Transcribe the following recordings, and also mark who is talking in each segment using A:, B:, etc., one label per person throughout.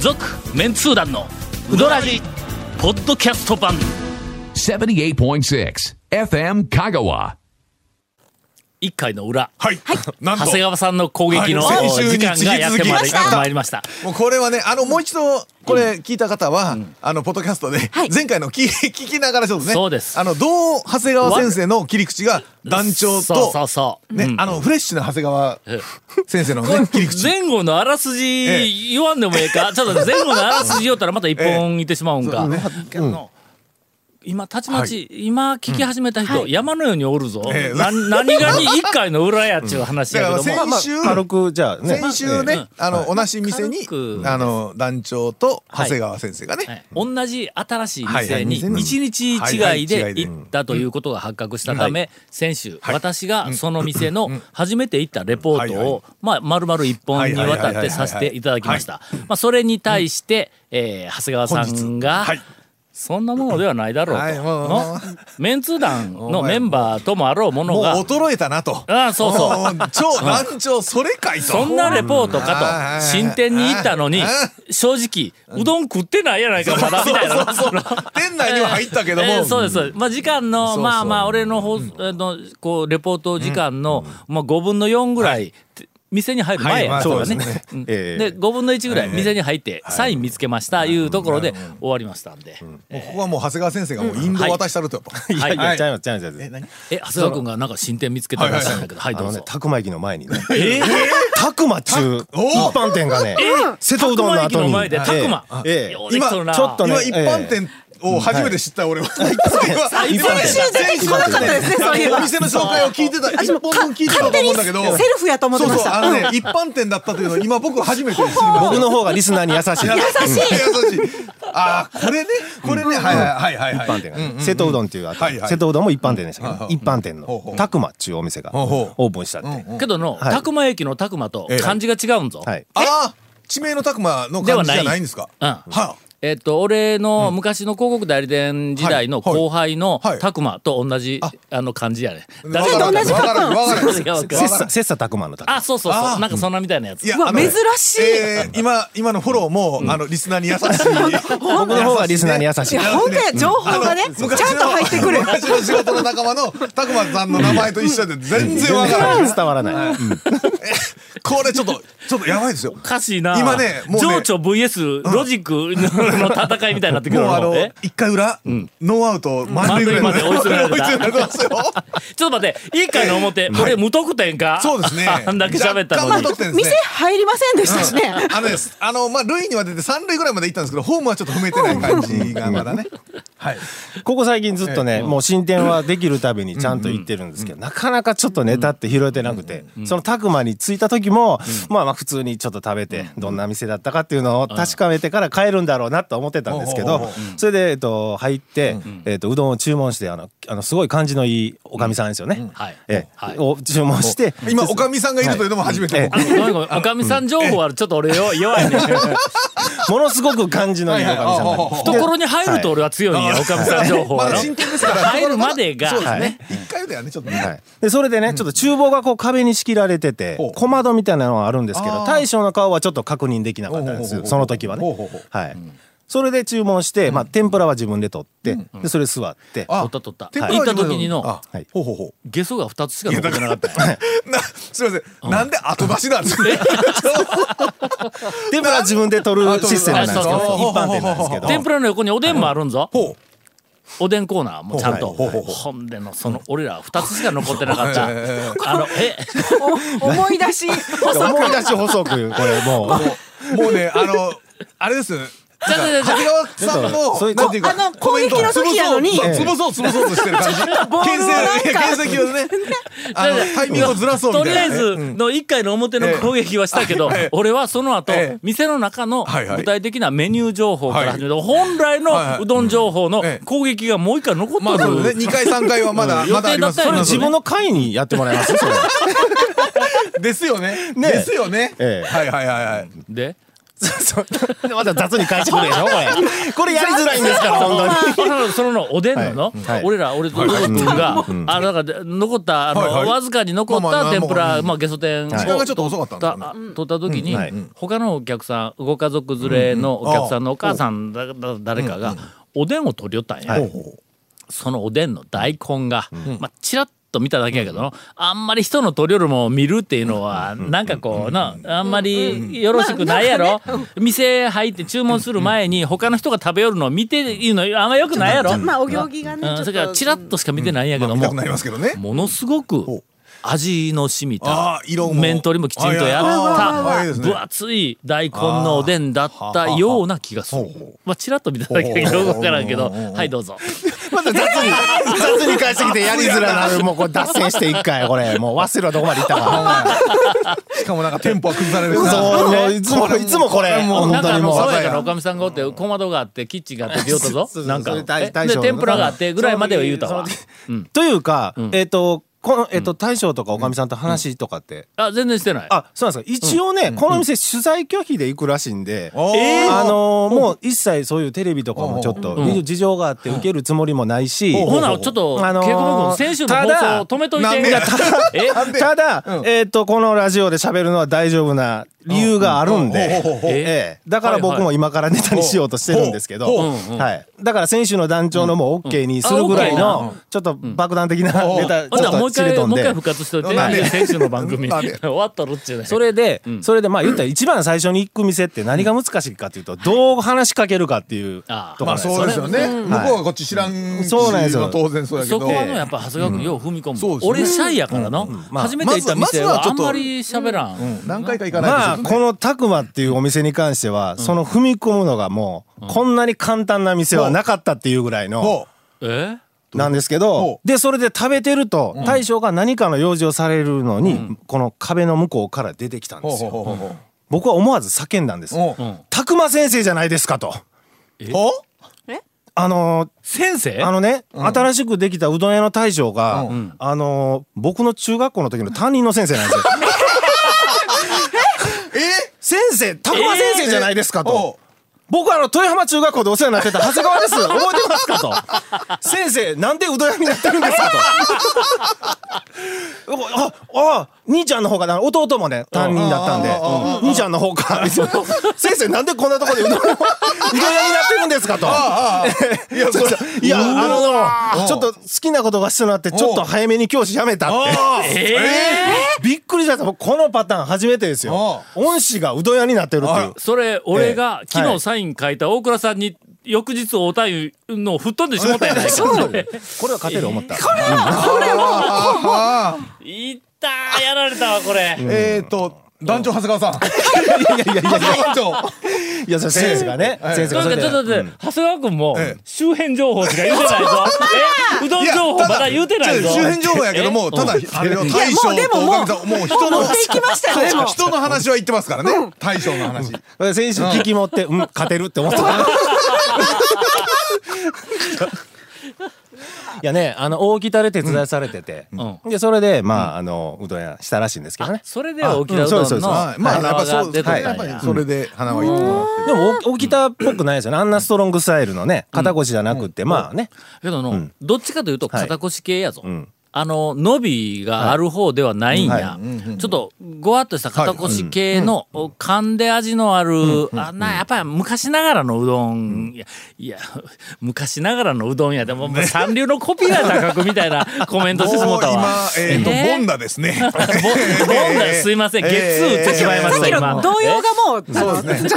A: 続メンツー団のウドラジポッドキャスト版
B: 78.6 FM Kagawa.
A: 1回の裏
C: はい。 なんと。
A: 長谷川さんの攻撃の
C: はい先
A: 時
C: 週に
A: 間がやってまいり
C: 続きました
A: まいりました
C: もうこれはね、あの、もう一度、これ聞いた方は、あの、ポッドキャストで
D: はい、
C: 前回の聞き、 聞きながらちょっとね、
A: そうです
C: あの、どう、長谷川先生の切り口が、団長
A: そうそう
C: と、
A: そう、
C: ね
A: うん、
C: あの、フレッシュな長谷川先生の
A: これ
C: ね、切り口。
A: 前後のあらす
C: ええ
A: じ言わんでもええか、ちょっと前後のあらすじ言ったらまた一本いってしまうんか、
C: そうね
A: けどの今たちまち、今聞き始めた人、山のようにおるぞ、
C: ええ
A: な何がに一回の裏やっちゅう話
C: だか
A: やけ
C: ら
A: ども、
C: 先週、
E: 軽くじゃあね
C: 先週ね、
A: うん
C: あの、同じ店
A: 軽、
C: に
A: く
C: あの、団長と
A: は
C: 長
A: い
C: 谷川先生がね、
A: はい同じ新しい
C: はいは
A: 店
C: い
A: に
C: 店に
A: 1日
C: はい
A: 違い
C: は
A: で
C: い違いで
A: 行ったということが発覚したため先週
C: はい
A: 私がその店の初めて行ったレポート
C: はいは
A: をまあ丸々1本にわた
C: はいはいはい
A: っ
C: はいは
A: てさ
C: い
A: せていただきましたまあそれに対してえー長谷川さんが
C: はい
A: そんなものではないだろう
C: はい
A: と
C: もう
A: のメンツー団のメンバーともあろうもの
C: もう
A: が
C: 衰えたなと。
A: ああそうそう
C: もう超、団長、それかいと。
A: そんなレポート
C: はいはい
A: か
C: は
A: と、
C: い
A: 新店に行ったのに
C: あ、
A: 正直、うどん食ってないやないか、まだ、みたいな。
C: 店内には入ったけども
A: えーそうです、そうです。まあ、時間の、
C: そう
A: まあまあ、俺のほう、あの、こう、レポート時間の、まあ、5分の4ぐらい、て店に入る前や
C: はい
A: ん、そ
C: そうう
A: だ
C: です
A: ね
C: ね。
A: うん
E: ええ
A: で、5分の1ぐらい、店に入って、サイン見つけました、いうところで終わりましたんで。
C: もうここはもう長谷川先生がもうインドを渡したると。
E: いやい
A: は
E: や
A: い
E: ちゃいますちゃいますちゃいます
A: え、長谷川君がなんか新店見つけたらしいんだけど、はい、
E: あ
A: どう
E: のね
A: ぞ。
E: たくま駅の前にねたくま中一
C: お
E: 般店がね瀬戸うどんの後
A: の
E: に
A: 前で、たくま
E: え。え
A: ええ
E: ええ
A: 俺来とるな
E: 今ちょっと
C: 今
E: ね
C: 一般店を初めて知った俺は。
A: 一般店
D: 先週出てこなかったですねそういえば
C: お店の紹介を聞いてた。一本分聞いてたと思うんだけど。
D: 勝手にセルフやと思ってました
C: そうそう、あのね、一般店だったというのを今僕初めて知りました。
E: 僕の方がリスナーに優しい
C: 優しい。優しい。ああ、これね、これね、はいはいはい
E: 一
C: はい。
E: 般店がね瀬戸うどんっていうあ
C: はいはい
E: 瀬戸うどんも一般店でしたけど一般店
C: ほうほ
E: の
C: う
E: たくまっちゅうお店が
C: ほうほう
E: オープンしたって
A: けどの、
E: はい
A: たくま駅のたくまと
C: ええ
A: 漢字が違うんぞ。
E: はい
C: ああ、地名のたくまの感じじゃないんですか。
A: うん
C: は
A: えっと、俺の昔の広告代理店時代の
C: はいはい
A: 後輩の
C: はい
A: たくまと同じ、
C: あ
A: あの感じやね。
C: あ。
A: 誰
D: と同じ
C: わ
D: パ
C: か
D: ターン
C: るわかる
A: そ
C: わかる
A: うそうそう
E: 切磋切磋琢磨のたくま
A: あ、そうそう
C: あ
A: そう。
C: ー
A: なんかそんなみたいなやつ。
C: いや
D: うわ
C: あの
D: 珍しい
C: えー今今のフォローも、あのリスナー に優しい僕
E: 僕の方がリスナーに優し
D: い
E: い
D: や本当や情報がねちゃんと入ってくる
C: 昔の仕事の仲間のたくまさんの名前と一緒で全然わからない
E: 伝わらない
C: これちょっとちょっとやばいですよも
A: おかしいな。
C: 今ねもうね
A: 情緒 VS ロジックの戦いみたいになってくる
C: うあの
A: え
C: 一回裏、ノーアウト満塁ぐらい
A: 満塁まで追い詰められた
C: 追い詰められ てますよ
A: ちょっと待って、一回の表、俺無得点か
C: そうですね
A: あんだけ喋ったの
C: 若干
A: に
C: ま。とってんです
D: 店
C: ね
D: 入りませんでしたしね
C: あのねあのまあ塁には出て三塁ぐらいまで行ったんですけどホームはちょっと踏めてない感じがまだねはい
E: ここ最近ずっとね、もう進展はできるたびにちゃんと言ってるんですけど、なかなかちょっとネタって拾えてなくて、そのタクマに着いた時も、まあまあ普通にちょっと食べて、どんな店だったかっていうのを確かめてから帰るんだろうなと思ってたんですけ
C: うん
E: ど、それで、えっと、入って、えっと、うどんを注文して、あの、あのすごい感じのいいおかみさんですよね。
A: はい。
E: え
A: は
E: え、を注文して、
C: 今おかみさんがいるというのも初めて、
E: はい
A: あごめんごめんおかみさん情報はちょっと俺よ弱いね。
E: ものすごく感じのいいおかみさんが
C: はい
E: い
C: はい
E: て。
A: 懐に入ると俺は強いんや、おかみさん情報
C: ま
A: は
C: だ
A: の。
C: 進展ですから
A: 入るまでが
C: そうです
E: は
C: ね一回だよねちょっとね、
E: はい、でそれでね、ちょっと厨房がこう壁に仕切られてて
C: ほう
E: 小窓みたいなのはあるんですけ
C: あ
E: ど
C: ー
E: 大将の顔はちょっと確認できなかったんで
C: ほうほうほう
E: す
C: ほう
E: その時はね
C: ほうほうほう
E: はい、それで注文して、まあ、天ぷらは自分で取って、でそれ座って、
C: あ
A: 取った取った
C: 天ぷらは
A: 行った時にの
C: あ
E: はい
C: ほうほうほう
A: ゲソが2つしか残ってなかったんや。
C: なすみません、なんで後出しなんですか。
E: 天ぷらは自分で取るシステムなんですけど
A: あ
E: 一
C: そう
E: 般店なんですけど
A: 天ぷらの横におでんもあるんぞ。
C: ほ
A: おでんコーナーもちゃんと。
C: ほうほうほう
A: ほんでの、その、俺ら2つしか残ってなか った。あの、え、
D: お思い出し
E: 思い出し細くこれもう
C: う、もうね、あの、あれです。
A: ちゃちゃちゃ
C: 長谷川さん
E: ちょっ
C: の、
E: と
C: なんていうか、
D: あの
C: コメント
D: 攻撃の時やのに
C: 潰そう、潰そう、潰そうとしてる感じ。
D: ボールをなんか
C: 牽制、牽制球をね、あの、タイミングをずら そう
A: と
C: み
A: り
C: た
A: あ
C: い
A: え
C: な。
A: ずの1回の表の攻撃はしたけど、俺はその後
C: ええ、
A: 店の中の
C: はいはい
A: 具体的なメニュー情報から始めて、本来
C: はいは
A: の
C: いう
A: どん情報の
C: ええ
A: 攻撃がもう1回残
C: ま
A: っ
C: あ、そう
A: と
C: ね、
A: る。
C: 二回三回はまだ、
A: うん
C: まだあります。
A: 予定だったら
E: 自分の会にやってもら いますそれ
C: ですよね。
E: ね
C: ですよね。
E: ええ
C: はいはいはいはい。
A: で、
E: そうそうまた雑に返してくるでしょこれこれやりづらいんですから本当に
A: あのそののおでんのの、
E: はい
A: 俺ら俺とドド君が、あのなんか残ったあの、
C: はいはい
A: わずかに残っ
C: まあま
A: た
C: あ
A: 天ぷら、ま
C: ま
A: あ
C: あ
A: ゲソ天を
C: 時間がちょっと遅かったんだろうね
A: あ取った時に、
E: うんはい
A: 他のお客さんご家族連れのお客さんのお母さんだ、だ誰かが、おでんを取り寄ったんや、
E: はい
A: そのおでんの大根が、まあちらっと見ただけやけどなあんまり人の取り寄るもんを見るっていうのはなんかこうなあんまりよろしくないやろ店入って注文する前に他の人が食べよるのを見ていうのあんまよくないやろ
D: まあお行儀がね
A: うん
D: ちょっと
A: それからチラッとしか見てないんやけ
C: ま
A: ど
C: あ見た
A: も
C: くなりますけどね
A: ものすごく味の染み
C: あ
A: た
C: あ色も
A: 面取りもきちんとや
C: ああああいい
A: っ
C: です
A: た
C: ね
A: 分厚い大根のおでんだったような気がする
C: ほうほう
A: まあチラッと見ただけやけど
C: ほうほう
A: 分からんけど
C: ほうほう
A: はいどうぞ。
E: また雑に雑に返してきてやりづらなるもうこれ脱線して一回これもう忘れろどこまで行ったか
C: しかもなんかテンポは崩されるな
E: そうもういつもいつもこれも
A: な
E: う本
A: んか
E: 当
A: あ
E: に
A: の
E: も
A: 爽
E: う
A: やかなおかみさんがおって小窓があってキッチンがあってって言おうたぞ
E: そうそう
A: なんか
E: それ大
A: え
E: 大
A: で
E: 将の
A: 天ぷらがあってぐらいまでは言うたわ
E: そというかえっとこのえっと大将とかおかみさんと話とかって
A: あ全然してない
E: あそうなんですか一応ねこの店取材拒否で行くらしいんで
C: おー
E: あのーもう一切そういうテレビとかもちょっと
A: うん
E: 事情があって受けるつもりもないし、
A: ほなちょっと
E: あのー
A: ケイコバ君先週の放送止めとい
C: ただ
A: て
C: なん で
A: え
E: ただ、えっとこのラジオで喋るのは大丈夫な理由があるんで、
C: うんうんほうほうほう
E: ええだから僕も今からネタにしようとしてるんですけど、
C: ほう
A: ほうほう
E: はい、だから選手の団長のも OK にするぐらい
A: うんうんあ OK
E: のちょっと爆弾的なネタ
A: ほん
E: ち
A: な
E: ょっ
A: らもう一
E: とちれ
A: 回
E: とん
A: もう一
E: で
A: 回復活しておい
C: なん
A: て
C: で
A: 先週の番組
C: なんで
A: 終わったろっちゅうね
E: それで、それでまあ言ったら一番最初に行く店って何が難しいかというとどう話しかけるかっていうとこ
A: あー
E: な
C: ま
E: ん
C: あ
E: です
C: そ
E: よね
C: うですよね向こうはこっち知らんし
E: そうなんですよ
C: 当然そうやけ
A: そこ
C: ど
A: はもうやっぱ長谷川君よう踏み込む、
C: そうですね
A: 俺シャイやからの、
E: まあ
A: 初めて行った
C: まず
A: 店
C: はまずは
A: は
C: ち
A: あ
C: ょっ
A: ん
C: と
A: まり喋らん、
C: うん何回か行か
E: ま
C: ない
E: あ
C: とです
E: こ
C: よね
E: の「たくま」っていうお店に関してはその踏み込むのがもうこんなに簡単な店はなかったっていうぐらいの
C: ほ
A: え
E: なんですけ
C: ほ
E: どでそれで食べてると大将が何かの用事をされるのにこの壁の向こうから出てきたん
C: う
E: で
C: ほう
E: す
C: ほう
E: よ
C: ほうほう
E: 僕は思わず叫んだんです
C: ほう
E: 「たくま先生じゃないですか」と。
C: ほう
E: あの
A: 先生
E: ーあのね、新しくできたうどん屋の大将が、あのー僕の中学校の時の担任の先生なんですよ。
C: え
E: 先生、たくま先生じゃないですかと。
C: ほう
E: 僕はあの豊浜中学校でお世話になってた長谷川です 覚えてますかと先生なんでうどん屋になってるんですかとああ兄ちゃんの方がな弟もね担任だったんで兄ちゃんの方か先生なんでこんなとこでうどん 屋うどん屋になってるんですかと
C: ああいやそれ
E: いやあのちょっと好きなことが必要になってちょっと早めに教師辞めたって
C: ああ
A: え
E: びっくりした僕このパターン初めてですよ恩師がうどん屋になってるって いう
A: それ俺が
E: ええ
A: 昨
E: は
A: 日
E: い
A: サイン書いた大倉さんに翌日おたゆの吹っ飛んでしもったやない か
E: これは勝てる思った
A: いったーやられたわこれ、
C: えーと団長長谷川さん 団長
E: いやそれ先生がね先生
A: そ
E: が
A: う
E: それ
A: かち
E: で
A: ょっと待って、長谷川君も
C: ええ
A: 周辺情報しか言うてないぞえうどん
C: いや
A: 情報ま
C: た
A: だ言うてない
C: ち
A: ぞ
C: ょ周辺情報やけども、ただ、あれを大将
D: いや
C: と
D: もう
C: おかみ
D: でも
C: さん、もう人
D: 持
C: の
D: っ、ていきましたよでも
C: 人の話は言ってますからね。大将の話。
E: 選手聞き持って、うん、勝てるって 思った。いやね、あの大木田で手伝いされてて、でそれでまああのうどん屋したらしいんですけどね。
A: それで
E: あ
A: 沖縄う
E: うんそうです
A: どんの
E: そう
C: はいまあ、やっぱそう、
A: 出て
C: はい
A: た
C: やっ
A: ん
C: ぱり
A: や
C: それで花はいってもらってる。
E: でも大木田っぽくないですよね。あんなストロングスタイルのね、肩腰じゃなくって、まあね、
A: けどの、どっちかというと
E: はい
A: 肩腰系やぞ、
E: ん
A: あの伸びがある方ではないんや、
E: はいは
A: ちょっとごわっとした肩腰系の、お噛んで味のある、あなやっぱり昔ながらのうどん、いやいや 昔ながらのうどんやでももう三流のコピーライター書くみたいなコメントしてしも
C: も
A: う
C: う
A: たわ
C: 今、えっと、
A: えー
C: ボンダですね。
A: ボンダすいません、
C: えー
A: 月打ってしまいました、
D: さっき
A: 今
D: の。動揺がもう
C: そうですね。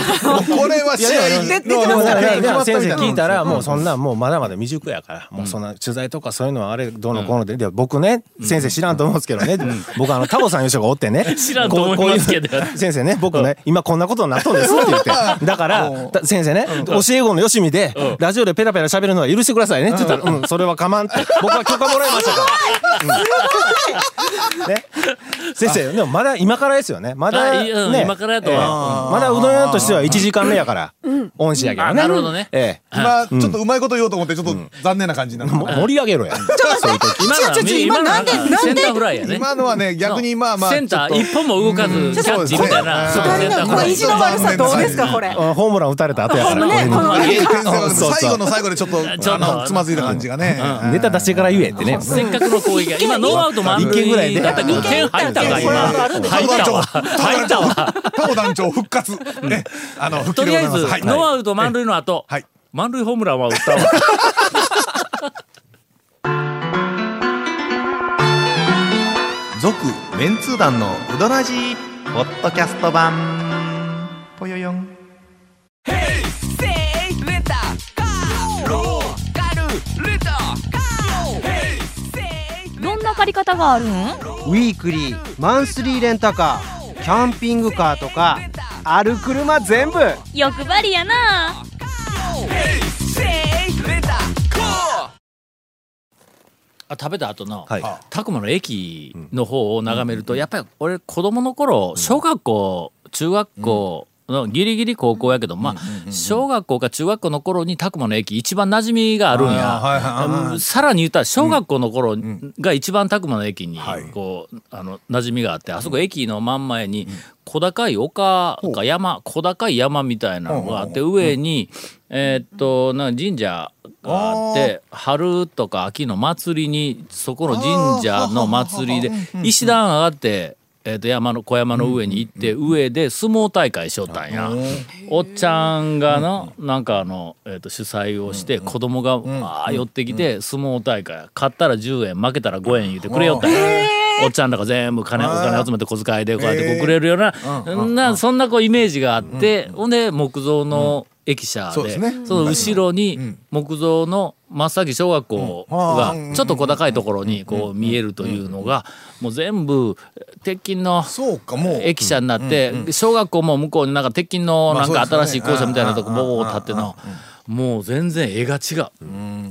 C: これは試合
D: 出てき
C: の
D: ますから
E: だ
D: ね
E: からだから先生聞いた
C: ら。
E: らもうそんなんもうまだまだ未熟やからもうそんな取材とかそういうのはあれどうのこうのでで僕ね先生知らんと思うんですけどね僕あのタコさん吉がおってね
A: 知らんと思いますけど
E: こうこういう先生ね僕ね今こんなことになっとんですって言ってだからた先生ね教え子のよしみでラジオでペラペラ喋るのは許してくださいねって言ったらうんそれはかまんって僕は許可もらいましたから。ね先生でもまだ今からですよねま
A: あ
E: だ
A: いいうん
E: ね
A: 今からやとは
E: ええまだうどん屋としては1時間目やから、恩師やけどね
A: あなるほどね
E: ええ
C: 今ちょっとうまいこと言おうと思ってちょっと残念な感じにな
E: も
C: る
E: 盛り上 げろやそういう時
A: 今のは
D: 違う違う今なんで
A: 今のは
D: なんで
A: センターフライやね
C: 今のはね逆にまあまあ
A: センタ
C: ちょ
A: ー
C: っ
A: 一本も動かずキャッチみたいな
C: そう
A: そうセン
C: ですね
A: ター
D: の
A: フ
D: こ
A: ラ
D: の
A: イ
D: 意地の悪さどうですかこれ。
E: あホームラン打たれた後やか
D: このね
E: ら
D: この
C: といい点数が
E: そうそう
C: 最後の最後でちょっと
A: ちょっと
C: あのつまずいた感じがね
E: ネタ出してから言えって ね
A: せっかくの攻撃が今ノーアウト満
E: 一軒ぐらい
A: 塁
E: で
A: だったけど点入ったか
C: これ
A: 今
C: あのあるんで
A: 入ったわ
C: タコ団長
A: 入ったわ
C: タコ団長復活ねあの復
A: と
C: 帰
A: り
C: で
A: あえ
C: ござい
A: ずノ
C: ますはい
A: ーアウト満塁の後
C: はい
A: 満塁ホームランは打ったわ
F: 続メンツー団のウドラジーポッドキャスト版ぽよよん
G: どんな借り方があるん
H: ウィークリーマンスリーレンタカーキャンピングカーとかある車全部
G: 欲張りやな
A: あ食べた後の
E: はい
A: たくまの駅の方を眺めるとやっぱり俺子供の頃小学校中学校のギリギリ高校やけどまあ小学校か中学校の頃にたくまの駅一番馴染みがあるんや
C: あーはいはいはいはい
A: うんさらに言ったら小学校の頃が一番たくまの駅に
C: はい
A: こうあの馴染みがあってあそこ駅の真ん前に小高い丘か山小高い山みたいなのがあって上にえーっとなんか神社があって春とか秋の祭りにそこの神社の祭りで石段上がって。えーっと山の小山の上に行って上で相撲大会しよったんやおっちゃんがのなんかあのえーっと主催をして子供があー寄ってきて相撲大会勝ったら10円負けたら5円言うてくれよったんやおっちゃんらが全部金お金集めて小遣いでこうやってこうくれるようななそんなこうイメージがあってほんで木造の駅舎
C: そうで
A: です
C: ね
A: その後ろに木造の真っ先小学校が
C: うん
A: ちょっと小高いところにこう見えるというのがもう全部鉄筋の
C: そうかもう
A: 駅舎になって小学校も向こうになんか鉄筋のなん
C: ま
A: か
C: あそ
A: 新
C: うです
A: しい
C: よね
A: 校舎みたいなとこ
C: うん
A: ボボー立ってのもう全然絵が違う。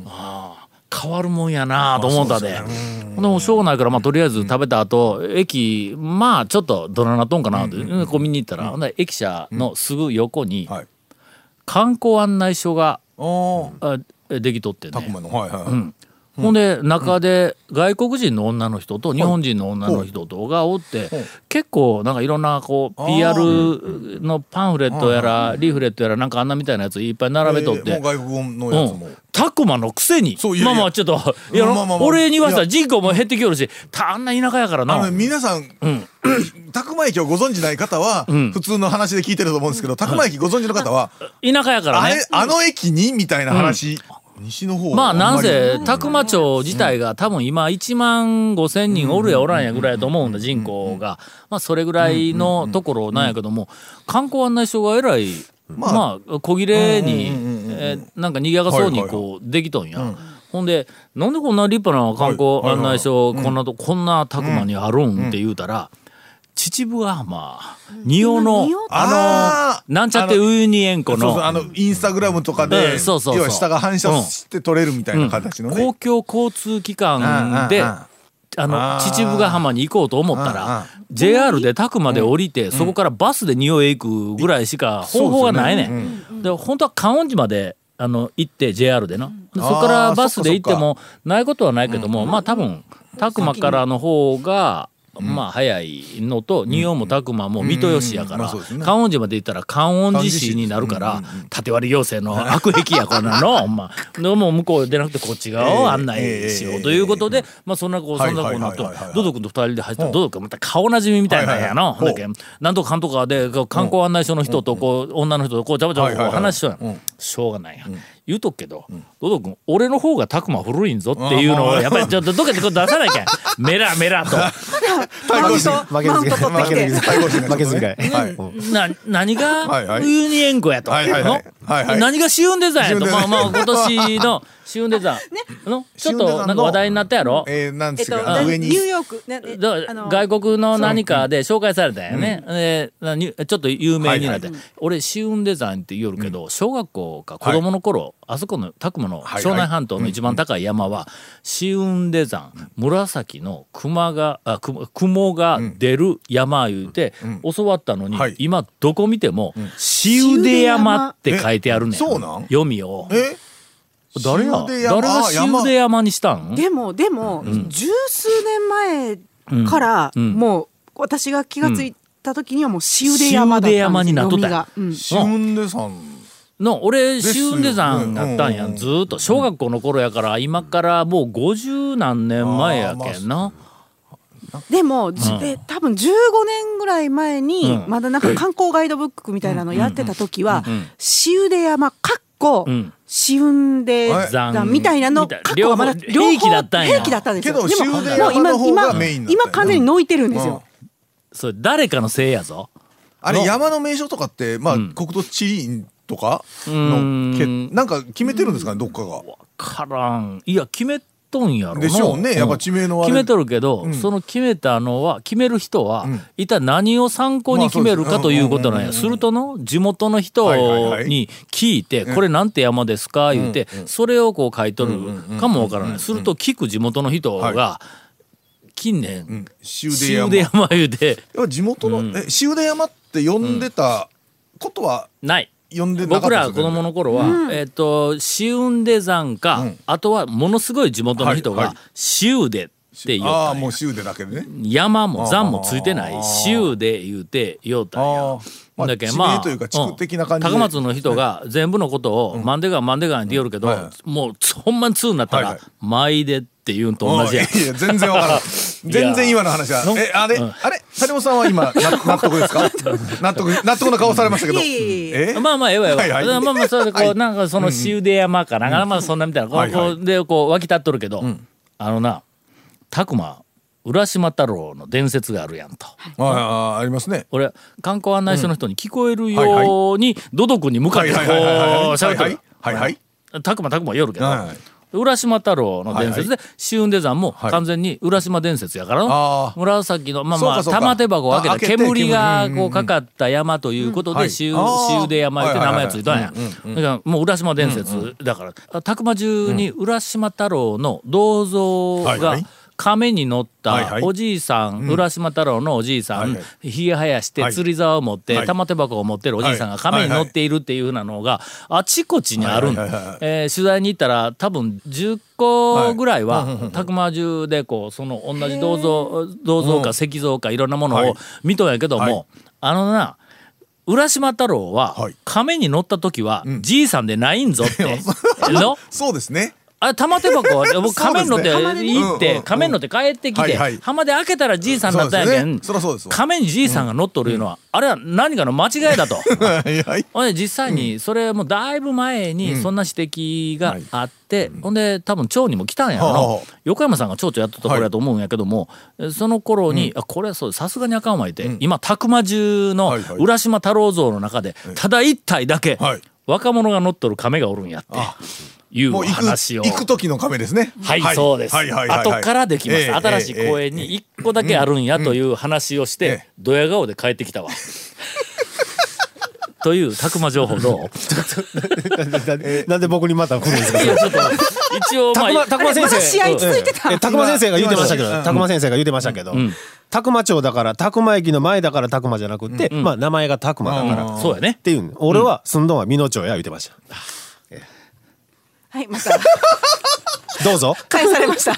A: ああ変わるもんやなと思ったで。ほんでもうしょうがないから、まあ、とりあえず食べた後、駅まあちょっとどないなっとんかなって、うんこう見に行ったら、ほんで駅舎のすぐ横に
C: はい
A: 観光案内所が、
C: お
A: あできとって
C: タコ
A: ね。
C: マのはいはいはい
A: ほんで中で外国人の女の人と日本人の女の人とがおって結構なんかいろんなこう PR のパンフレットやらリーフレットやらなんかあんなみたいなやついっぱい並べとっ
C: え
A: て
C: ーもう外国のやつも
A: うん、タコマのくせに
C: そういやい
A: まあ
C: や
A: まあちょっといや、
C: まあまあまあ
A: 俺に言わせたら
C: いや
A: 人口も減ってきよるしたあんな田舎やから
C: あ
A: な
C: の皆さん、 たくま駅をご存じない方は、
A: ん
C: 普通の話で聞いてると思うんですけど、たくま駅ご存知の方は、
A: 田舎やから
C: あ
A: ね
C: れ、あの駅にみたいな話、西の方
A: まあなん
C: せ
A: せ宅間町自体が多分今1万5千人おるやおらんやぐらいやと思うんだ人口がまあそれぐらいのところなんやけども観光案内所がえらい
C: まあ
A: まあ小切れにえーなんか賑やかそう
C: はい
A: に
C: はいはい
A: こうできとんや。ほんでなんでこんな立派な観光案内所こんなとこんな宅間にあるんって言うたら秩父ヶ浜仁王の
D: 仁王
A: あ
C: あ
A: のなんちゃってウユニ塩湖
C: そうそう、
A: の
C: あの、インスタグラムとか
A: う
C: で、
A: んそうそうそう
C: 要は下が反射して撮れるみたいな形のね。
A: 公共交通機関で、
C: うんうんうん
A: あの秩父ヶ浜に行こうと思ったら JR で宅まで降りてそこからバスで仁王へ行くぐらいしか方法がないねん。で本当は観音寺まであの行って JR でなでそこからバスで行ってもないことはないけどもまあ多分宅間からの方が。まあ早いのと仁王も宅間も水戸吉やから
C: うんうんうんまあそうですね
A: 観音寺まで行ったら観音寺市になるから縦割り行政の悪役やこんなのほんまでもう向こうでなくてこっち側を案内しようということでまあそんなこう
C: は
A: そ
C: い
A: んなこうなっ
C: は
A: と
C: いはいはいはい
A: ドド君と二人で入ってたらドド君また顔なじみみたいなんやな
C: はいはいはい
A: ほんだけなんとか監督かでこう観光案内所の人とこう女の人とこうちゃばちゃばこう話しとんやんしょうがないや言うとくけどドド君俺の方がタクマ古いんぞっていうのをやっぱりちょっとどっかでこう出さな きゃメラメラと。
D: マウント
E: 負け
D: マウン
E: ず
D: ト
E: 嫌い
D: 取ってきて。
E: 負けず嫌い
C: はい
A: な何
C: はい
A: が
C: はい
A: ウユニ塩湖やと、
C: はいはいはいはいはい
A: の何がシウンデザインやと、
C: シウ
A: まあ
C: ンデザイン
A: まあ今年 のシウンデザイン、のちょっとなんか話題になったやろ、
C: えー、なんで
D: えっ
C: す
D: と
C: か、
D: な
C: 上
D: ニュー
C: に。
D: ヨークなえ
A: だ
D: あの
A: 外国の何かで紹介されたんやね、でなにちょっと有名になって、
C: は
A: 俺シウンデザインって言うけど、小学校か子供の頃、あそこの宅間の庄内半島の一番高い山は、シウンデ山紫の熊があ雲雲が出る山言うて、教わったのに、
C: はい
A: 今どこ見ても、シウデ山って書いいてあるねん
C: そうなん
A: 読みを
C: え
A: 誰や
C: 塩出
A: 誰
C: 山
A: が
C: あ山
A: 塩出山にしたん
D: でもでも、十数年前から、
A: うん
D: もう私が気がついた時にはもう塩出山だったん
A: 塩
D: です
A: 出山になっとったんや
D: 読みがうん
C: 旬でさん
A: の俺
C: すよ
A: シュンデさんやったんや
C: うん
A: んずーっと小学校の頃やから今からもう50何年前やけんな
D: でも、じえ多分15年ぐらい前に、
A: うん
D: まだなんか観光ガイドブックみたいなのやってた時は
A: うんうんうん
D: 塩出山かっこ
A: うん
D: 塩出
A: は
D: 山
A: い
D: みたいなの
A: みたい
D: かっこはまだ
A: 両方
D: 両方
A: 兵器だったんや
D: 兵器だったんですよ
C: けど
D: でも
C: 塩出
D: もう
C: 山の方が
D: 今
C: メインだ
D: 今
C: ったんや
D: 今完全にのいてるんですよ、
A: それ誰かのせいやぞ
C: あれ山の名所とかってまあ
A: ん
C: 国土地理院とか
A: うん
C: のけなんか決めてるんですかねどっかが
A: からんいや決めとんやろな
C: でしょうねやっ
A: う
C: ぱ
A: ん
C: 地名のあれ
A: 決めとるけど、
C: ん
A: その決めたのは決める人は、
C: うん
A: 一体何を参考に決める
C: まあ
A: か
C: そう
A: と
C: です
A: いうことなん
C: うんうんうんうん
A: やするとの地元の
C: はいはいは
A: 人
C: い
A: に聞いて「これなんて山ですか?」言うて、それをこう書いとるかもわからないすると聞く地元の人が近
C: う
A: 年「
C: ん塩出
A: 終
C: 山
A: で山」言うて
C: 要は地元のえ塩出山って呼んでたことは
A: ない。
C: 呼んでなか
A: 僕
C: った
A: ら
C: です
A: 子
C: よね
A: 供の頃は、えっ、と「シウンデ山か」
C: うん
A: あとはものすごい地元の人
C: はいは
A: が
C: い
A: 「シウデ」って言ったん
C: あ
A: や
C: あもう塩出だけでね
A: 山も山もついてな
C: あ
A: い
C: ー
A: 「州で言うて言うたん
C: あ
A: や
C: ー。まあ
A: だけど
C: 地名
A: まあ、
C: というか地区的な感じで
A: うん高松の人が全部のことを「マンデガンマンデガン」って言うけど、
C: うんはいは
A: もうほんまに通になったら「
C: はいはい
A: マイデ」って言うんと同じや
C: あーいや全 然わからん全然今の話はえあれあれ谷本さんは 今な納得ですか納得納得の顔されましたけど
D: いえいえいえ
C: え
A: まあまあええわええわ、
C: はいはい
A: まあまあそれでこう、
C: はい
A: なんかその塩出山かなんか、まあそんなみたいなこう、
C: はいはい
A: こうでこう湧き立っとるけど、あのな拓磨浦島太郎の伝説があるやんと。
C: ああありますね
A: 俺観光案内所の人に聞こえる
C: はい
A: ようにドド君に向かっ
C: はい
A: てこう
C: はいはいはい
A: 喋ってる。
C: はいはい
A: たくまたくま夜けど、
C: はいはい
A: 浦島太郎の伝説で、シウンデ山も
C: はい
A: 完全に浦島伝説やからの、
C: あー
A: 紫のまあ
C: そう
A: まあ
C: かそうか
A: 玉手箱を開け
C: あ
A: た
C: 開けて
A: 煙が
C: 煙
A: こ
C: う
A: うんかかった山ということ
C: は
A: で
C: い
A: シウ
C: あー
A: シウデ山って名前がついたんや
C: はいはいはい
A: だからもう浦島伝説だからたくま中に浦島太郎の銅像
C: はいは
A: が
C: い
A: 亀に乗っ
C: はいは
A: た
C: い
A: おじいさん浦島太郎のおじいさ
C: はい
A: ん
C: は
A: ひげ生やして
C: はい
A: 釣り竿を持っ
C: は
A: て
C: い
A: 玉手箱を持ってるおじいさんが亀に乗っているっていうふうなのがあちこちにあるんだ
C: はいはいはいはい
A: えー取材に行ったら多分10個ぐらいは宅間中でこうその同じ銅像銅像か石像かいろんなもの
C: はい
A: を見とんやけども、
C: はい
A: あのな浦島太郎は
C: はい
A: 亀に乗った時はじいさんでないんぞ って。 の
C: そうですね
A: あれ玉手箱は僕
C: そうで
A: 亀
C: すね
A: に乗って
C: 釜でね
A: 行っ
C: うんうんう
A: て
C: ん
A: 亀に乗って帰ってき
C: はい
A: て
C: はい
A: 浜で開けたらじいさんだったんやけ
C: そうです
A: ん
C: ねそりゃそうですわ
A: 亀にじいさんが乗っとるいうのはあれは何かの間違い だと。
C: はいはい
A: ほんで実際にそれもだいぶ前にそんな指摘があって、ほんで多分町にも来たんやろな、
C: はあはあ
A: 横山さんが町長やっとった頃やと思うんやけども、えその頃に、あこれはそうさすがにあかんわいて、今宅間中の
C: はいはい
A: 浦島太郎像の中でただ一体だけ
C: はい
A: 若者が乗っとる亀がおるんやって。いう
C: もう行く
A: 話を
C: 行く時の亀ですね
A: はい、そうです、
C: はいはいはいはい
A: 後からできます、
C: ええ
A: 新しい公園に1個だけあるんやという話をして、
C: ええ
A: ドヤ顔で帰ってきたわ。というたくま情報 どう
E: なんで僕にまた来るんですか
A: いやちょっと一応まあ
E: たくまたくま先
D: まだ試合
E: 生
D: 続いてた、
E: えたくま先生が言ってましたけ
C: 今
E: どたくま先生が言ってましたけどたくま町だからたくま駅の前だからたくまじゃなくってまあ名前がたくまだからっ
A: そうやね
E: ていうんで俺は住んどんは美濃町や言ってました
D: はいまた
E: どうぞ
D: 返されました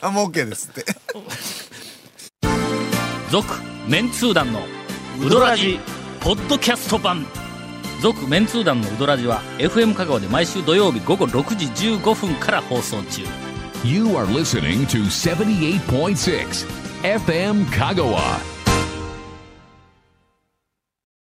C: あもう OK ですって
A: 続メンツー団のウドラジポッドキャスト版続メンツー団のウドラジは FM 香川で毎週土曜日午後6時15分から放送中
B: You are listening to 78.6 FM Kagawa.